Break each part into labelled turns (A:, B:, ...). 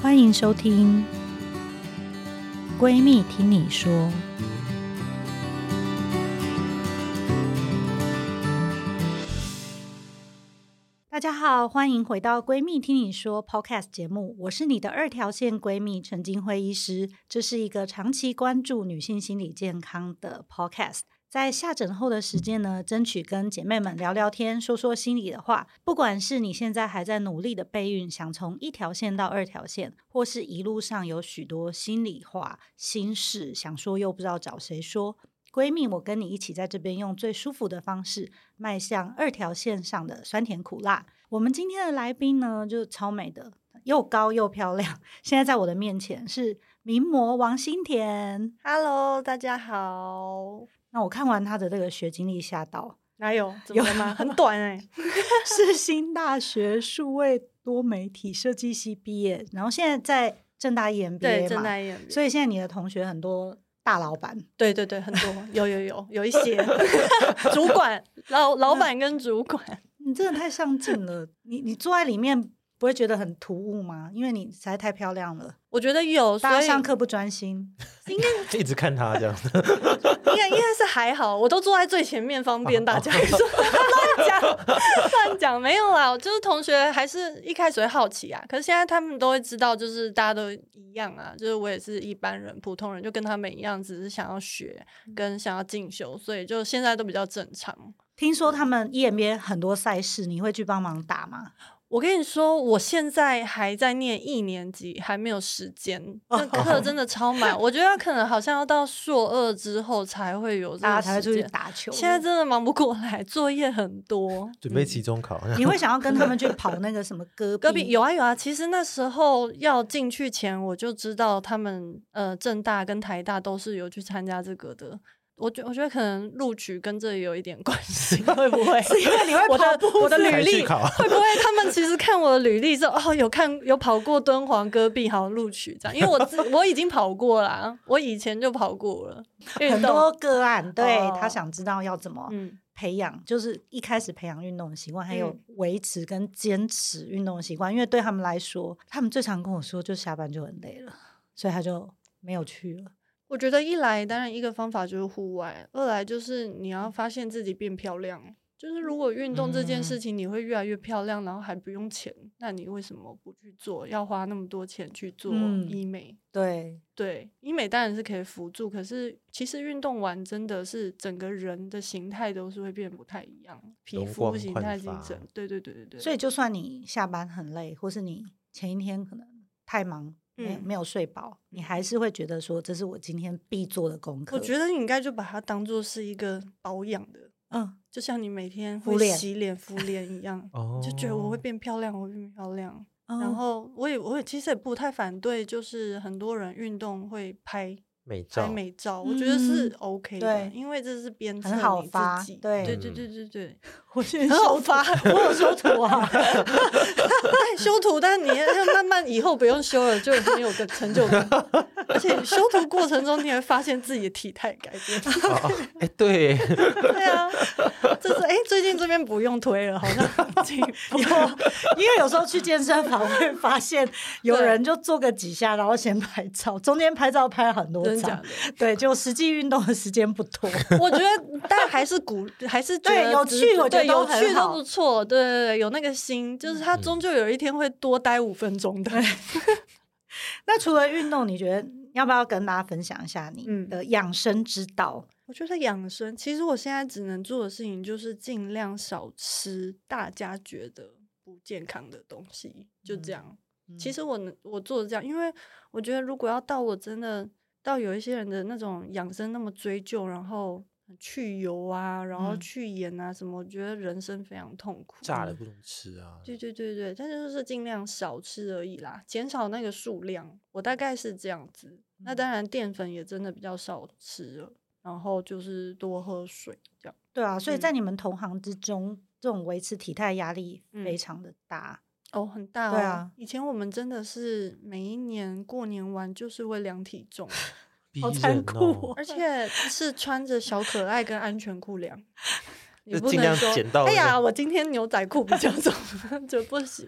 A: 欢迎收听《闺蜜听你说》。大家好，欢迎回到《闺蜜听你说》Podcast 节目，我是你的二条线闺蜜陈金辉医师。这是一个长期关注女性心理健康的 Podcast。在下诊后的时间呢，争取跟姐妹们聊聊天，说说心里的话。不管是你现在还在努力的备孕，想从一条线到二条线，或是一路上有许多心里话、心事想说又不知道找谁说，闺蜜，我跟你一起在这边用最舒服的方式，迈向二条线上的酸甜苦辣。我们今天的来宾呢，就超美的，又高又漂亮。现在在我的面前是名模王心田。
B: Hello，大家好。
A: 那我看完她的这个学经历，吓到。
B: 哪有？怎么了吗？很短哎、
A: 世新大学数位多媒体设计系毕业，然后现在在正大 E EMBA 嘛，
B: 对，睁大 E 眼。
A: 所以现在你的同学很多大老板，
B: 对对对，很多有有有有一些主管老老板跟主管，
A: 你真的太上进了。你你坐在里面不会觉得很突兀吗？因为你实在太漂亮了，
B: 我觉得有，所
A: 大家
B: 以
A: 上课不专心。
B: 应该
C: 一直看他 这样子，
B: 应该应该是还好，我都坐在最前面，方便大家 乱讲乱讲，没有啦，就是同学还是一开始会好奇啊，可是现在他们都会知道，就是大家都一样啊，就是我也是一般人、普通人，就跟他们一样，只是想要学跟想要进修，所以就现在都比较正常。
A: 听说他们 E EMBA 很多赛事，你会去帮忙打吗？
B: 我跟你说，我现在还在念一年级，还没有时间。那课 真的超满，我觉得可能好像要到硕二之后啊才会有这
A: 大家
B: 个
A: 才会出
B: 时
A: 去
B: 间。
A: 打球。
B: 现在真的忙不过来，作业很多。嗯
C: 准备期中考。
A: 你会想要跟他们去跑那个什么 戈
B: 隔壁有啊有啊，其实那时候要进去前我就知道他们呃正大跟台大都是有去参加这个的。我觉我觉得可能录取跟这有一点关系， 会不会？
A: 是因为你会
B: 我
A: 跑
B: 的
A: 步
B: 我的
A: 是
B: 履
C: 还去
B: 历
C: 考
B: 会不会他们其实看我的履历之后，哦，有看有跑过敦煌戈壁，好录取这样，因为我自我已经跑过啦， 我以前就跑过了运
A: 很
B: 动，
A: 多个案，对、
B: 哦
A: 他想知道要怎么
B: 嗯，
A: 培养，就是一开始培养运动的习惯，还有
B: 嗯
A: 维持跟坚持运动的习惯，因为对他们来说，他们最常跟我说，就下班就很累了，所以他就没有去了。
B: 我觉得一来当然一个方法就是户外，二来就是你要发现自己变漂亮。就是如果运动这
A: 嗯
B: 件事情你会越来越漂亮，然后还不用钱，那你为什么不去做？要花那么多钱去做
A: 嗯
B: 医美？
A: 对，
B: 对，医美当然是可以辅助，可是其实运动完真的是整个人的形态都是会变不太一样，皮
C: 容
B: 肤
C: 光
B: 形
C: 焕
B: 态、精
C: 发，
B: 神，对对对对对。
A: 所以就算你下班很累，或是你前一天可能太忙，没、
B: 嗯
A: 没有睡饱，你还是会觉得说，这是我今天必做的功课。
B: 我觉得你应该就把它当做是一个保养的，
A: 嗯，
B: 就像你每天
A: 敷
B: 会
A: 脸
B: 洗脸、敷脸一样
C: 哦
B: 就觉得我会变漂亮，我会变漂亮。
A: 嗯
B: 然后我也我也其实也不太反对，就是很多人运动会拍
C: 美
B: 拍
C: 照，哦
B: 美照，我觉得是 OK 的，
A: 嗯对
B: 因为这是鞭策
A: 很好
B: 你
A: 发
B: 自己。
A: 对
B: 对对
C: 嗯
B: 对对对。
A: 我现在
B: 很好
A: 修图
B: 发
A: 我有修图 啊。
B: 对，修图，但你要慢慢以后不用修了，就很有个成就感。而且修图过程中，你会发现自己的体态改变。
C: 哦哦 哎，对，
B: 对啊，就是哎、诶最近这边不用推了，好像进步。
A: 因为有时候去健身房会发现有
B: 对
A: 人就做个几下，然后先拍照，中间拍照拍很多
B: 真的假
A: 张，
B: 的？
A: 对，就实际运动的时间不多。
B: 我觉得，但还是鼓，还是觉
A: 对
B: 得
A: 有
B: 值
A: 趣
B: 得
A: 我觉得
B: 对
A: 都
B: 有
A: 很
B: 趣都
A: 好
B: 不错。对对对，有那个心，就是他终究有一天会多待五分钟的。
A: 那除了运动，你觉得要不要跟大家分享一下你
B: 嗯
A: 的养生之道？
B: 我觉得养生，其实我现在只能做的事情就是尽量少吃大家觉得不健康的东西，就
C: 嗯
B: 这样。其
A: 嗯
B: 实我能我做的这样，因为我觉得如果要到我真的到有一些人的那种养生那么追究，然后去油啊，然后
A: 嗯
B: 去盐啊什么，我觉得人生非常痛苦。
C: 炸了不能吃啊。
B: 对对对对，但是就是尽量少吃而已啦，减少那个数量。我大概是这样子。那
C: 嗯
B: 当然，淀粉也真的比较少吃了，然后就是多喝水这样。
A: 对啊，所以
B: 嗯
A: 在你们同行之中，这种维持体态压力
B: 嗯
A: 非常的大。
B: 哦，很大哦。
A: 对啊
B: 以前我们真的是每一年过年完就是会量体 重，
C: 逼
A: 好
C: 人
A: 残酷
C: 哦
A: 哦
B: 而且是穿着小可爱跟安全裤量。你
C: 就
B: 不
C: 尽
B: 能
C: 量
B: 说
C: 捡到
B: 哎
C: 那
B: 呀，
C: 个
B: 我今天牛仔裤比较重， 就不行，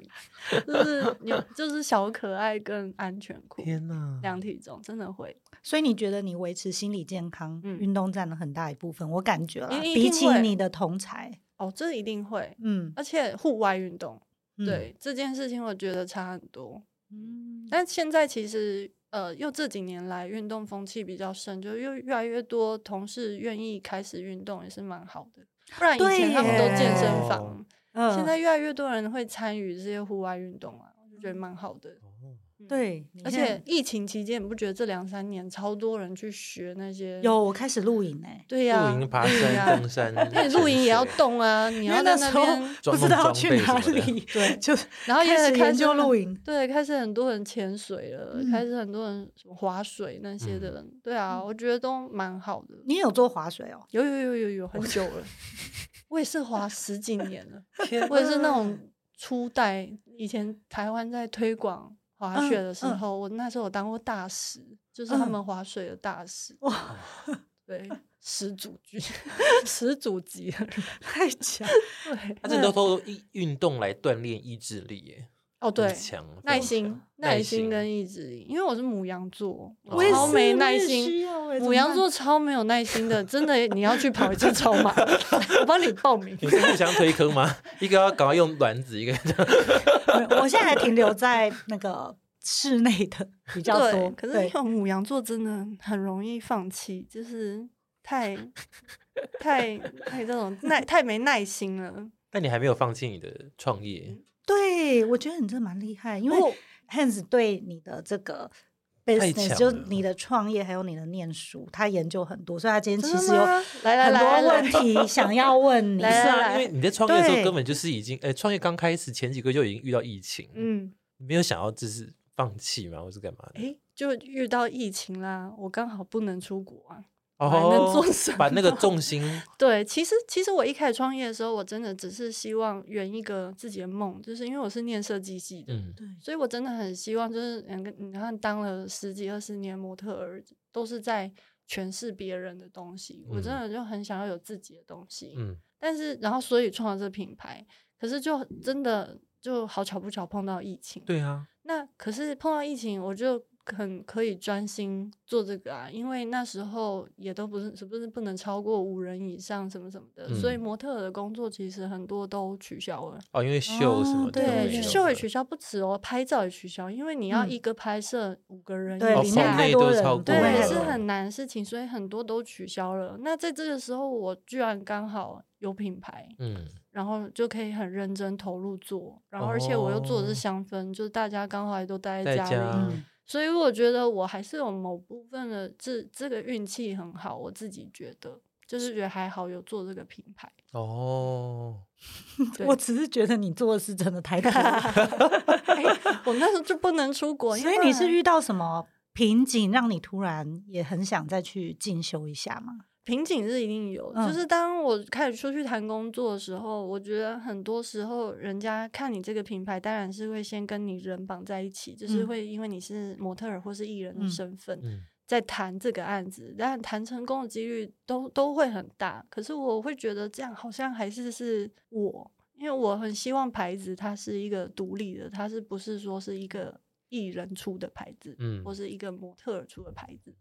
B: 就是牛就是小可爱跟安全裤
C: 天哪！
B: 量体重真的会，
A: 所以你觉得你维持心理健康，
B: 嗯
A: 运动占了很大一部分，我感觉啦，
B: 一定
A: 比起
B: 会
A: 你的同才，
B: 哦，这一定会，
A: 嗯，
B: 而且户外运动，
A: 嗯，
B: 对这件事情我觉得差很多。
A: 嗯，
B: 但现在其实呃，又这几年来运动风气比较盛，就又越来越多同事愿意开始运动，也是蛮好的。不然以
A: 对
B: 前他们都健身
C: 耶
B: 房，
A: 呃
B: 现在越来越多人会参与这些户外运动啊，我就觉得蛮好的。
C: 哦
B: 嗯，
A: 对，你
B: 而
A: 现
B: 且
A: 在
B: 疫情期间，你不觉得这两三年超多人去学那些？
A: 有我开始录影哎，
B: 对呀、
C: 露营、爬
B: 对呀
C: 山、登
B: 因
C: 山，
B: 为露营也要
C: 潜水
B: 动啊，你
A: 因
B: 要
A: 为
B: 在
A: 时候
B: 边，
A: 不
C: 装
A: 知
C: 弄
A: 道
C: 装
A: 去
C: 备
A: 哪
C: 什么 的
A: 里，对，就是
B: 然后也
A: 开始研
B: 始
A: 究
B: 很
A: 露营，
B: 对，开始很多人潜水了，
A: 嗯
B: 开始很多人什么划水那些的人，对啊，我觉得都蛮好的。
A: 你有做划水哦？
B: 有有有有有很久了， 我也是划十几年了，
C: 天
B: 我也是那种初代，以前台湾在推广滑雪的时
A: 嗯嗯
B: 候，我那时候有当过大使，就是他
A: 嗯
B: 们划水的大使，
A: 哇，
B: 对，始祖级，始祖级的人，
A: 太 强！啊
B: 对，
C: 他真的都透过运运动来锻炼意志力耶，
B: 哦
C: 很
B: 对。
C: 强啊非
B: 耐
C: 常
B: 心
C: 强、
B: 耐
C: 耐
B: 心
C: 心哦
B: 跟意志力，因为我是母羊座，
C: 我也
B: 超
C: 是
B: 没耐心，母
A: 母
B: 羊座超没有耐心的，真的，你要去跑一次超马，我帮你报名。
C: 你是互相推坑吗？一个要赶快用卵子，一个
A: 我现在还停留在那个室内的比较多
B: 对，，可是
A: 对
B: 因为母羊座真的很容易放弃，就是 太太太这种耐太没耐心了。
C: 但你还没有放弃你的创业，
A: 对，我觉得你这蛮厉害，因为
B: 我
A: Hans 对你的这个
C: 太强
A: business，就
C: 了
A: 你的创业还有你的念书，他研究很多，所以他今天
B: 真
A: 其
B: 的
A: 实有
B: 吗？来来
A: 很
B: 来
A: 多
B: 来
A: 问，题想要问你。
B: 来
C: 是
B: 来
C: 啊，因为你在创业的时
A: 对
C: 候根本就是已经，哎，创业刚开始前几个月就已经遇到疫情，
B: 嗯，
C: 你没有想要就是放弃嘛，或是干嘛的？
B: 诶，就遇到疫情啦，我刚好不能出国啊。
C: 哦
B: 还能做什么
C: 把 那个重心，
B: 对，其实其实我一开始创业的时候，我真的只是希望圆一个自己的梦，就是因为我是念设计系的，
C: 嗯，
A: 对，
B: 所以我真的很希望，就是两个你看当了十几二十年模特儿，都是在诠释别人的东西，我真
C: 嗯
B: 的就很想要有自己的东西。
C: 嗯，
B: 但是然后所以创了这品牌，可是就真的就好巧不巧碰到疫情，
C: 对啊，
B: 那可是碰到疫情，我就很可以专心做这个啊，因为那时候也都不是是不是不能超过五人以上什么什么的，所以
C: 嗯
B: 模特儿的工作其实很多都取消了。
C: 哦，因为秀什么
A: 哦
C: 的
A: 对
C: 都
B: 对，
C: 没有了，
B: 秀也取消不止哦，拍照也取消，因为你要
A: 嗯
B: 一个拍摄五个人
A: 对，
B: 以
A: 里
C: 哦
A: 面
B: 下
C: 棚
A: 太
C: 内
A: 多
C: 都
A: 人，
C: 超过
B: 对，
C: 了
B: 是
A: 嗯
B: 很难的事情，所以很多都取消了。那在这个时候，我居然刚好有品牌，
C: 嗯，
B: 然后就可以很认真投入做，然后而且我又做的是
C: 哦
B: 香氛，就是大家刚好也都待在家
C: 在
B: 里，
C: 家
A: 嗯
B: 所以我觉得我还是有某部分的这这个运气很好，我自己觉得就是觉得还好有做这个品牌。
C: 哦，
B: 对
A: 我只是觉得你做的事真的太多了，
B: 哎我那时候就不能 出国，因
A: 所
B: 为
A: 以
B: 不
A: 你
B: 然
A: 是遇到什么瓶颈，让你突然也很想再去进修一下吗？
B: 瓶颈是一定有，
A: 嗯
B: 就是当我开始出去谈工作的时候，我觉得很多时候人家看你这个品牌，当然是会先跟你人绑在一起，就是
A: 嗯
B: 会因为你是模特儿或是艺人的
A: 嗯
B: 身份，
C: 嗯，
B: 在谈这个案子，但谈成功的几率都都会很大。可是我会觉得这样好像还是是我，因为我很希望牌子它是一个独立的，它是不是说是一个艺人出的牌子，
C: 嗯
B: 或是一个模特儿出的牌子。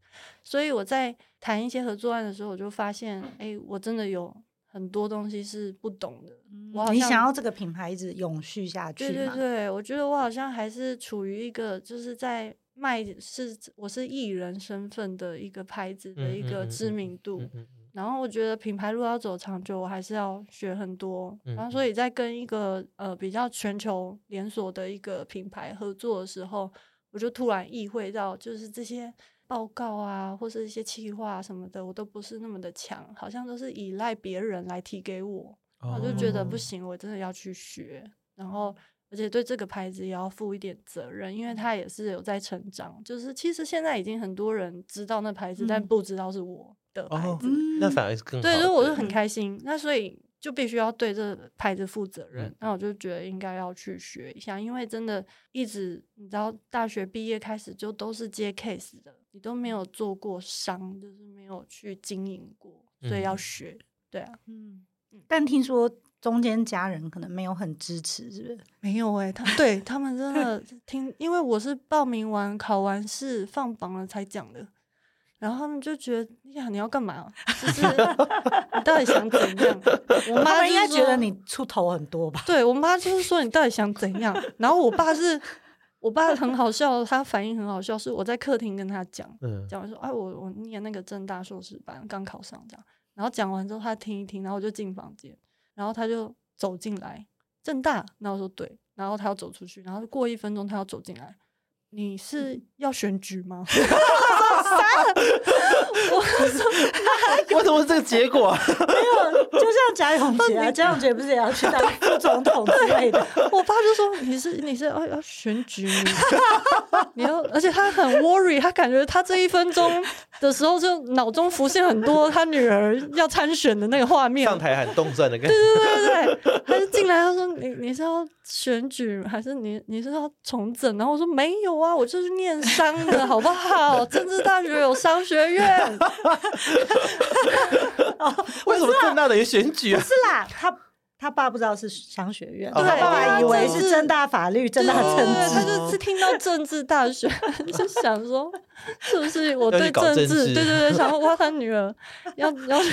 B: 所以我在谈一些合作案的时候，我就发现，哎、我真的有很多东西是不懂的。我好
A: 嗯你
B: 像
A: 想要这个品牌一直永续下去
B: 对
A: 吗？
B: 对对，我觉得我好像还是处于一个就是在卖是我是艺人身份的一个牌子的
C: 嗯
B: 一
C: 嗯
B: 个
C: 嗯
B: 知
C: 嗯
B: 名度。
C: 嗯嗯嗯
B: 然后我觉得品牌如果要走长久，我还是要学很多。然后所
C: 嗯
B: 以在跟一个呃比较全球连锁的一个品牌合作的时候，我就突然意会到，就是这些报告啊，或是一些企划、啊、什么的，我都不是那么的强，好像都是依赖别人来提给
D: 嗯
B: 我。我就觉得不
C: 哦
B: 行，我真的要去学，然后而且对这个牌子也要负一点责任，因为它也是有在成长。就是其实现在已经很多人知道那牌子，但
A: 嗯
B: 不知道是我的牌
C: 哦嗯
B: 子。
A: 嗯，
C: 那反而是更
B: 对，
C: 好
B: 所以我
C: 的
B: 就很开心。那所以就必须要对这个牌子负责任
C: 嗯。
B: 那我就觉得应该要去学一下，因为真的一直你知道，大学毕业开始就都是接 case 的，你都没有做过商，就是没有去经营过，所以要
C: 嗯
B: 学。对啊，
A: 嗯，但听说中间家人可能没有很支持，是不是？
B: 没有哎、他对他们真的听，因为我是报名完、考完试、放榜了才讲的，然后他们就觉得呀，你要干嘛？啊就是 你到底想怎样？
A: 他
B: 我妈
A: 们
B: 就
A: 应该
B: 是
A: 觉
B: 说
A: 得你出头很多 吧？
B: 对我妈就是说你到底想怎样？然后我爸是，我爸很好笑，他反应很好笑，是我在客厅跟他讲，
C: 嗯，
B: 讲完说，哎，我我念那个正大硕士班，刚考上这样。然后讲完之后，他听一听，然后我就进房间，然后他就走进来，正大，然后我说对，然后他要走出去，然后过一分钟他要走进来，你是要选举吗？ 哎
C: 为什么是这个结果 啊？
A: 就像贾永杰啊，贾永杰不是也要 去当副总统之类的？
B: 我爸就说你是你是要要选举你， 你要，而且他很 worry，他感觉他这一分钟的时候就脑中浮现很多他女儿要参选的那个画面，
D: 上台喊动战的感觉，
B: 对对对，他就进来，他说你你是要选举还是你你是要重整？然后我说没有啊，我就是念商的好不好？政治大学有商学 院，
D: 为什么正大等于选举啊？
A: 是啦， 他他爸不知道是商学院，
D: 哦
A: 他爸
D: 对
A: 爸以为
B: 他
A: 是
B: 是
A: 正大法律、正
B: 对
A: 大
B: 对对，对他
A: 政治。
B: 就是听到政治大学 就想说是不是我
D: 要
B: 对
D: 去搞
B: 政
D: 政
B: 治？
D: 治
B: 对对对，想说哇，他女儿要要去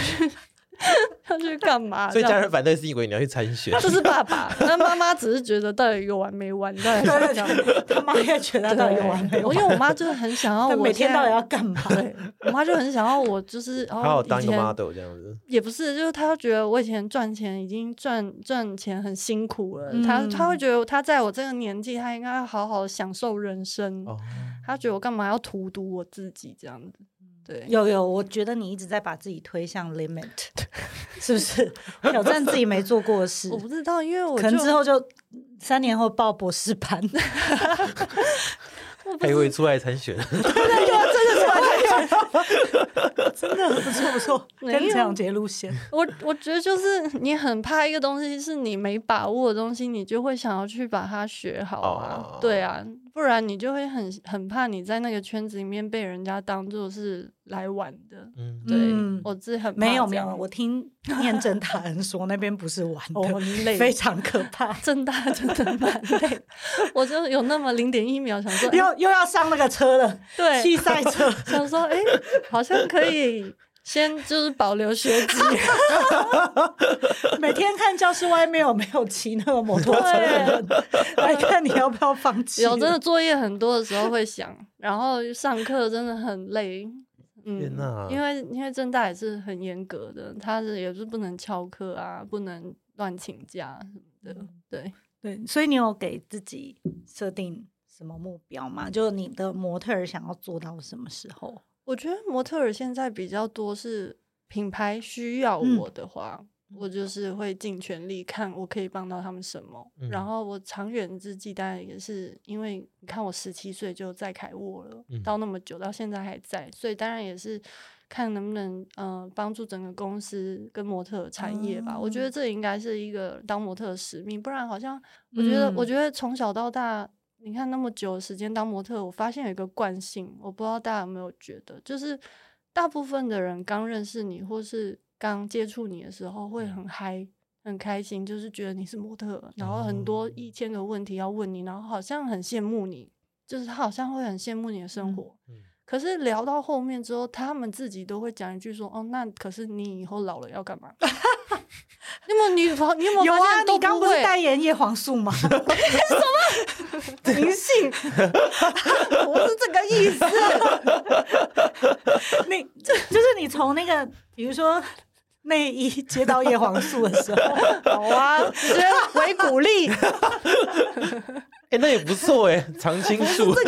B: 要去干 嘛？
D: 所以
B: 啊这样
D: 家人反对是因为你要去参选，
B: 这是爸爸，那妈妈只是觉得到底有完没完，到底
A: 对对对，他妈也觉得他到底有完没
B: 对
A: 完？
B: 因为我妈就是很想要
A: 他
B: 我
A: 每天
B: 现
A: 到
B: 在
A: 底要干 嘛？
B: 对，我妈就很想要我，就是
D: 好好
B: 哦，
D: 当
B: 以
D: 一个
B: 前
D: model 这样子。
B: 也不是，就是她觉得我以前赚钱已经赚赚钱很辛苦了，她她会
A: 嗯
B: 觉得她在我这个年纪，她应该要好好享受人生，
D: 哦，
B: 她觉得我干嘛要荼毒我自己这样子？
A: 嗯
B: 对，
A: 有有，我觉得你一直在把自己推向 limit，是不是？挑战自己没做过的事
B: 我，不知道，因为我
A: 可能
B: 就
A: 之后就三年后报博士 班，
B: 我不
D: 还以
B: 知
D: 为出来参 选，
A: 真的不错不错，
B: 没
A: 跟陈
B: 有
A: 永杰路线。
B: 我我觉得就是你很怕一个东西是你没把握的东西，你就会想要去把它学好啊，
D: 哦
B: 对啊，不然你就会很很怕你在那个圈子里面被人家当做是来玩的。
D: 嗯，
B: 对，
A: 嗯
B: 我自己很怕
A: 没有
B: 这
A: 没
B: 样
A: 有，我听念真塔人说 那边不是玩
B: 哦
A: 的，
B: 累
A: 非常可怕，
B: 正大真的蛮累，我就有那么零点一秒想说，哎
A: 又又要上那个车了，
B: 对
A: 气，赛车。
B: 想说哎、好像可以先就是保留学 籍，
A: 每天看教室外面有没有骑那个摩托车的人，来看你要不要放弃。
B: 有真的作业很多的时候会想，然后上课真的很累。
D: 天
B: 嗯
D: 哪，
B: 因为因为正大也是很严格的，他是也是不能翘课啊，不能乱请假什么
A: 嗯
B: 的。对，
A: 对，所以你有给自己设定什么目标吗？就你的模特儿想要做到什么时候？
B: 我觉得模特儿现在比较多是品牌需要
A: 嗯
B: 我的话，我就是会尽全力看我可以帮到他们什么。然
D: 嗯
B: 后我长远之计，当然也是因为你看我十七岁就在凯沃了，
D: 嗯
B: 到那么久到现在还在，所以当然也是看能不能呃帮助整个公司跟模特儿产业吧。我觉得
A: 哦
B: 这应该是一个当模特的使命，不然好像我觉得，我
A: 嗯
B: 觉得从小到大，你看那么久的时间当模特，我发现有一个惯性，我不知道大家有没有觉得，就是大部分的人刚认识你或是刚接触你的时候，会
A: 嗯
B: 很嗨。很开心，就是觉得你是模特儿，然后很多
D: 哦
B: 一千个问题要问你，然后好像很羡慕你，就是他好像会很羡慕你的生
A: 嗯
B: 活。
D: 嗯
B: 可是聊到后面之后，他们自己都会讲一句说：“哦，那可是你以后老了要干嘛？” 你有没有女朋友？你有没
A: 有
B: 有发
A: 啊，
B: 现都
A: 你刚不
B: 会
A: 是代言叶黄素 吗？什么银 杏？不是这个意思。你就就是你从那个，比如说内衣接到叶黄素的 时候，
B: 好 啊，直接维骨力，
D: 哎，那也不错哎，常青树，
B: 就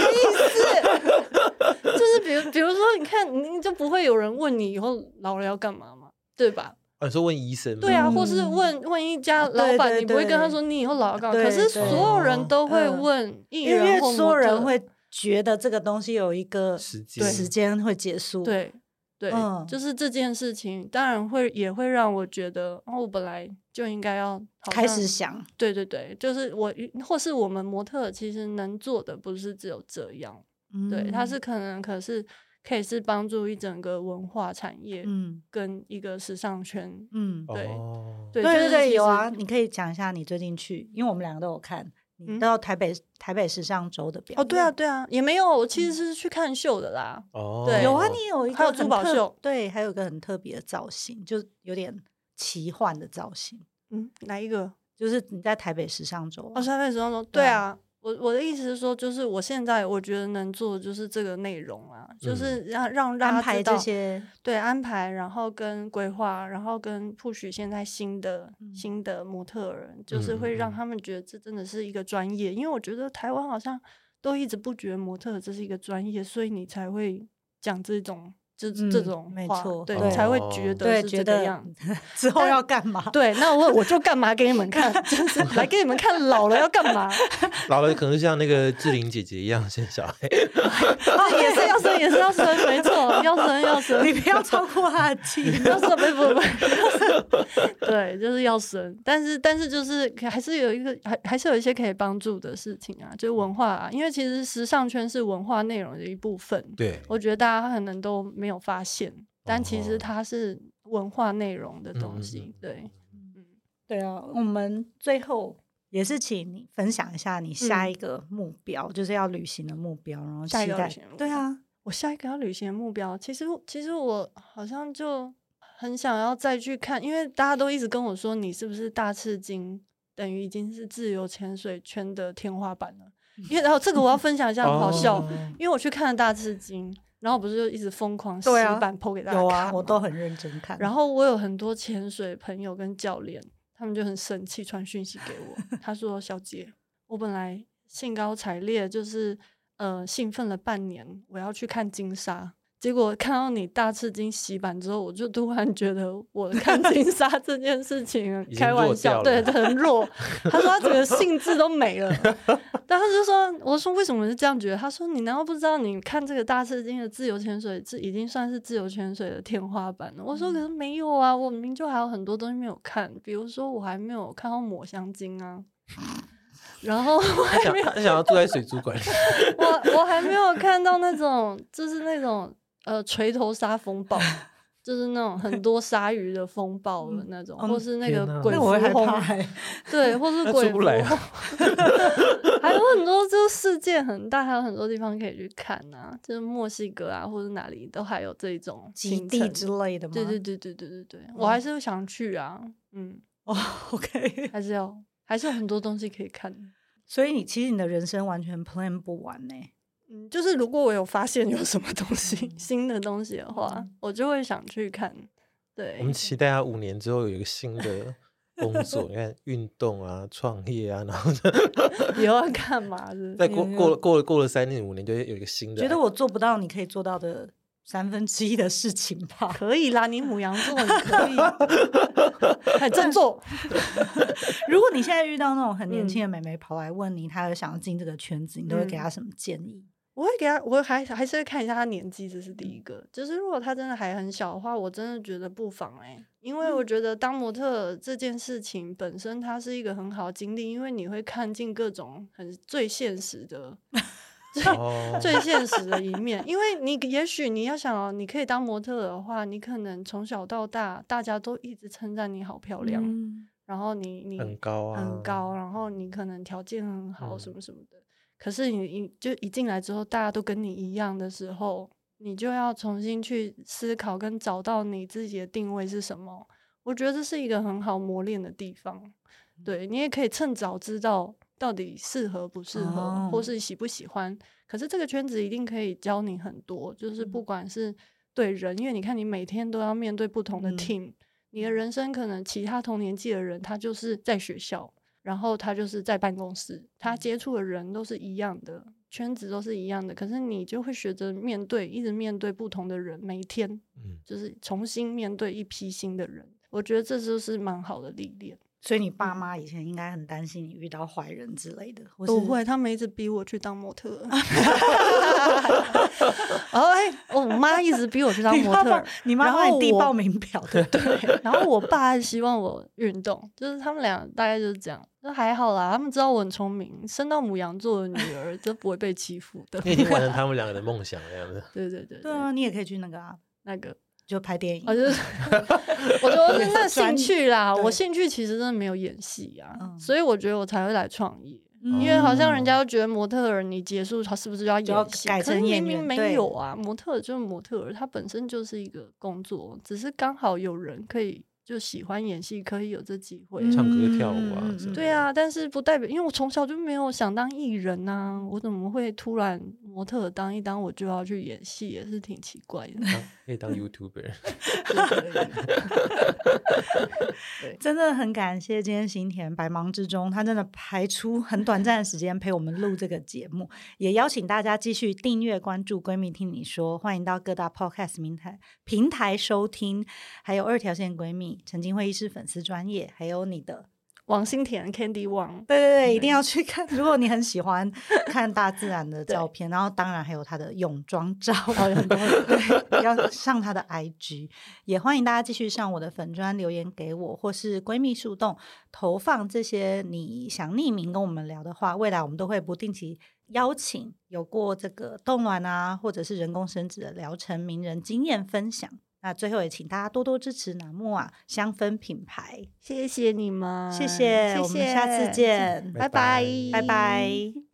B: 是比如比如说，你看你就不会有人问你以后老了要干嘛嘛，对吧？
D: 啊你说问医生吗？
B: 对啊，
A: 嗯啊
B: 或是问问一家
A: 对
B: 老板，
A: 对
B: 你不会跟他说
A: 对
B: 你以后老了干嘛？
A: 对
B: 可是
A: 对
B: 所有人都会
A: 嗯
B: 问艺
A: 因为
B: 人或
A: 所有
B: 模特
A: 人会觉得这个东西有一个
D: 时间，
A: 时间会结束。，
B: 对对，
A: 嗯
B: 就是这件事情，当然会也会让我觉得，哦，我本来就应该要好
A: 开
B: 像
A: 始想，
B: 对对对，就是我嗯或是我们模特其实能做的不是只有这样，对，它
A: 嗯
B: 是可能可是可以是帮助一整个文化产业
A: 嗯
B: 跟一个时尚圈。
A: 嗯，
B: 对
D: 哦
B: 对
A: 对对
B: 就是
A: 对，
B: 其
A: 有
B: 实
A: 啊，你可以讲一下你最近去，因为我们两个都有看，你
B: 嗯
A: 到台北、台北时尚周的表
B: 哦，对啊，
A: 演，
B: 对啊，也没有，我其实是去看秀的啦。
D: 哦
B: 对
A: 有啊，你有一个
B: 还有
A: 很
B: 珠宝
A: 特
B: 秀
A: 对，还有一个很特别的造型，就有点奇幻的造型，
B: 嗯，哪一个？
A: 就是你在台北时尚周啊、
B: 哦，消费时尚周。
A: 对
B: 对
A: 啊
B: 啊，我我的意思是说，就是我现在我觉得能做的就是这个内容啊，就是让让让
A: 安
B: 大家
A: 排
B: 知
A: 这
B: 道，
A: 些，
B: 对安排，然后跟规划，然后跟 push 现在新的、
A: 嗯
B: 新的模特儿，就是
D: 嗯
B: 会让
D: 嗯
B: 他们觉得这真的是一个专业，因为我觉得台湾好像都一直不觉得模特儿这是一个专业，所以你才会讲这种。这这
A: 嗯
B: 种
A: 没
B: 话，
A: 错
B: 对，
D: 哦
B: 你才会觉得
A: 对，
B: 是
A: 觉
B: 这个
A: 得
B: 样子。
A: 之后要干嘛？
B: 对，那我我就干嘛给你们看？就是来给你们看老了要 干嘛？
D: 老了可能像那个志玲姐姐一样生小孩，
B: 啊，也是要生，也是要生，没错，要生要生，
A: 你不要 超过他的期
B: 要生，不不不， 对，就是要生。但是但是就是还是有一个，还还是有一些可以帮助的事情啊，就是文化啊，因为其实时尚圈是文化内容的一部分，
D: 对
B: 我觉得大家可能都没有发现，但其
D: 哦
B: 实它是文化内容的
D: 嗯嗯
B: 东西
D: 嗯，
B: 对。
A: 对啊，我们最后也是请你分享一下你下一个目标，就是要旅行的目标，然后期
B: 嗯下一个
A: 待
B: 旅行的。目
A: 对啊，
B: 我下一个要旅行的目标，其实我其实我好像就很想要再去看，因为大家都一直跟我说你是不是大赤金，等于已经是自由潜水圈的天花板了。因为然后这个我要分享一下，很好笑，
D: 哦
B: 因为我去看了大赤金，然后我不是就一直疯狂洗
A: 对啊
B: 版剖给大家看
A: 有
B: 吗、
A: 啊，我都很认真看。
B: 然后我有很多潜水朋友跟教练，他们就很生气，传讯息给 我，他说：“小姐，我本来兴高采烈，就是呃兴奋了半年，我要去看金沙。”结果看到你大吃金洗版之后，我就突然觉得我 看金沙这件事情
D: 已经
B: 开玩
D: 弱
B: 笑，
D: 掉
B: 对，
D: 了
B: 很 弱。他说他整个兴致都没了，但他就说：“我说为什么是这样觉得？”他说：“你难道不知道你看这个大赤金的自由潜水，这已经算是自由潜水的天花板了？”我
A: 嗯
B: 说：“可是没有啊，我明明就还有很多东西没有看，比如说我还没有看到抹香鲸 啊，然后 我
D: 他
B: 还
D: 想
B: 没有
D: 他想要住在水族馆里，
B: 我我还没有看到那种就是那种呃锤头鲨风暴。”就是那种很多鲨鱼的风暴的那 种，
A: 嗯
B: 或是那
D: 天
B: 个
D: 哪
B: 鬼
A: 那
B: 蝠
A: 我会害
B: 轰
A: 怕、 欸，
B: 对，或是
D: 那
B: 鬼
D: 出不来啊
B: 屋 还有很多就是世界很大，还有很多地方可以去看啊，就是墨西哥啊，或者哪里都还有这一种
A: 极
B: 行
A: 地
B: 程
A: 之类的吗？
B: 对对对对对对对，我还是会想去啊，嗯，
A: 哦、o k
B: 还是要还是有很多东西可以看。
A: 所以你其实你的人生完全 plan 不完呢、
B: 嗯，就是如果我有发现有什么东西、
A: 嗯
B: 新的东西的话，
A: 嗯
B: 我就会想去看。对，
D: 我们期待他五年之后有一个新的工作，你看运动啊、创业啊，然后
B: 以后要干嘛是不
D: 再
B: 是？
D: 过过了过了过了三年五年，就会有一个新的。
A: 觉得我做不到你可以做到的三分之一的事情吧。
B: 可以啦，你母羊座你可以的， 还振作。
A: 如果你现在遇到那种很年
B: 嗯
A: 轻的妹妹跑来问你，她有想要进这个圈子，你都会给她什么建议？
B: 我会给他，我还还是会看一下他年纪，这是第一个。就是如果他真的还很小的话，我真的觉得不妨哎、因为我觉得当模特这件事情本身，它是一个很好的经历，因为你会看尽各种很最现实的、
D: 哦，
B: 最现实的一面。因为你也许你要想、哦，你可以当模特的话，你可能从小到大，大家都一直称赞你好漂亮，
A: 嗯
B: 然后你你
D: 很高啊，
B: 很高，然后你可能条件很好，
D: 嗯
B: 什么什么的。可是你一就一进来之后，大家都跟你一样的时候，你就要重新去思考跟找到你自己的定位是什么。我觉得这是一个很好磨练的地方，
D: 嗯
B: 对你也可以趁早知道到底适合不适合，
A: 哦
B: 或是喜不喜欢。可是这个圈子一定可以教你很多，
D: 嗯
B: 就是不管是对人，因为你看你每天都要面对不同的
A: 嗯
B: team，、你的人生可能其他同年纪的人，他就是在学校，然后他就是在办公室，
A: 嗯
B: 他接触的人都是一样的，圈子都是一样的。可是你就会学着面对，一直面对不同的人，每一天
D: 嗯，
B: 就是重新面对一批新的人。我觉得这就是蛮好的历练。
A: 所以你爸妈以前应该很担心你遇到坏人之类的，或是
B: 不 会，他们一直逼我去当模 特儿。然后哎，我妈一直逼我去当
A: 你
B: 模
A: 妈
B: 特儿
A: 妈，，你妈
B: 然
A: 帮
B: 后
A: 你递
B: 我
A: 报名表，对不对？
B: 然后我爸还希望我运动，就是他们俩大概就是这样。那还好啦，他们知道我很聪明，生到母羊座的女儿，这不会被欺负的。
D: 你已经完成他们两个的梦想了，样子。
B: 对对对
A: 对啊，你也可以去那个啊，
B: 那个，
A: 哦就拍电影。
B: 我就是我说那兴趣啦，
A: 对
B: 我兴趣其实真的没有演戏啊，
A: 嗯
B: 所以我觉得我才会来创业。
A: 嗯
B: 因为好像人家都觉得模特儿你结束，他是不是就要
A: 就要
B: 演戏？
A: 改
B: 可
A: 成
B: 是
A: 演
B: 明
A: 员
B: 明
A: 对
B: 没有啊，模特儿就是模特儿，他本身就是一个工作，只是刚好有人可以就喜欢演戏，可以有这机会。
D: 唱歌跳舞啊
A: 嗯嗯嗯
D: 什么的
B: 对啊，但是不代表，因为我从小就没有想当艺人呐、我怎么会突然模特儿当一当我就要去演戏，也是挺奇怪的。
D: 当啊可以当 YouTuber，
A: 真的很感谢今天行田百忙之中，他真的排出很短暂的时间陪我们录这个节目，也邀请大家继续订阅关注“闺蜜听你说”，欢迎到各大 podcast 平台平台收听，还有二条线闺蜜陈金慧医师粉丝专业，还有你的
B: 王心田 Candy Wang，
A: 对对对，一
B: 对
A: 定要去看。如果你很喜欢看大自然的照片，然后当然还有他的泳装照， 对，要上他的 IG。也欢迎大家继续上我的粉砖留言给我，或是闺蜜树洞投放这些你想匿名跟我们聊的话，未来我们都会不定期邀请有过这个冻卵啊，或者是人工生殖的疗程名人经验分享。那最后也请大家多多支持南木啊香氛品牌，
B: 谢谢你们，
A: 谢谢，我们下次
B: 谢
A: 见。
B: 拜
D: 拜
A: 拜
B: 拜，
A: 拜。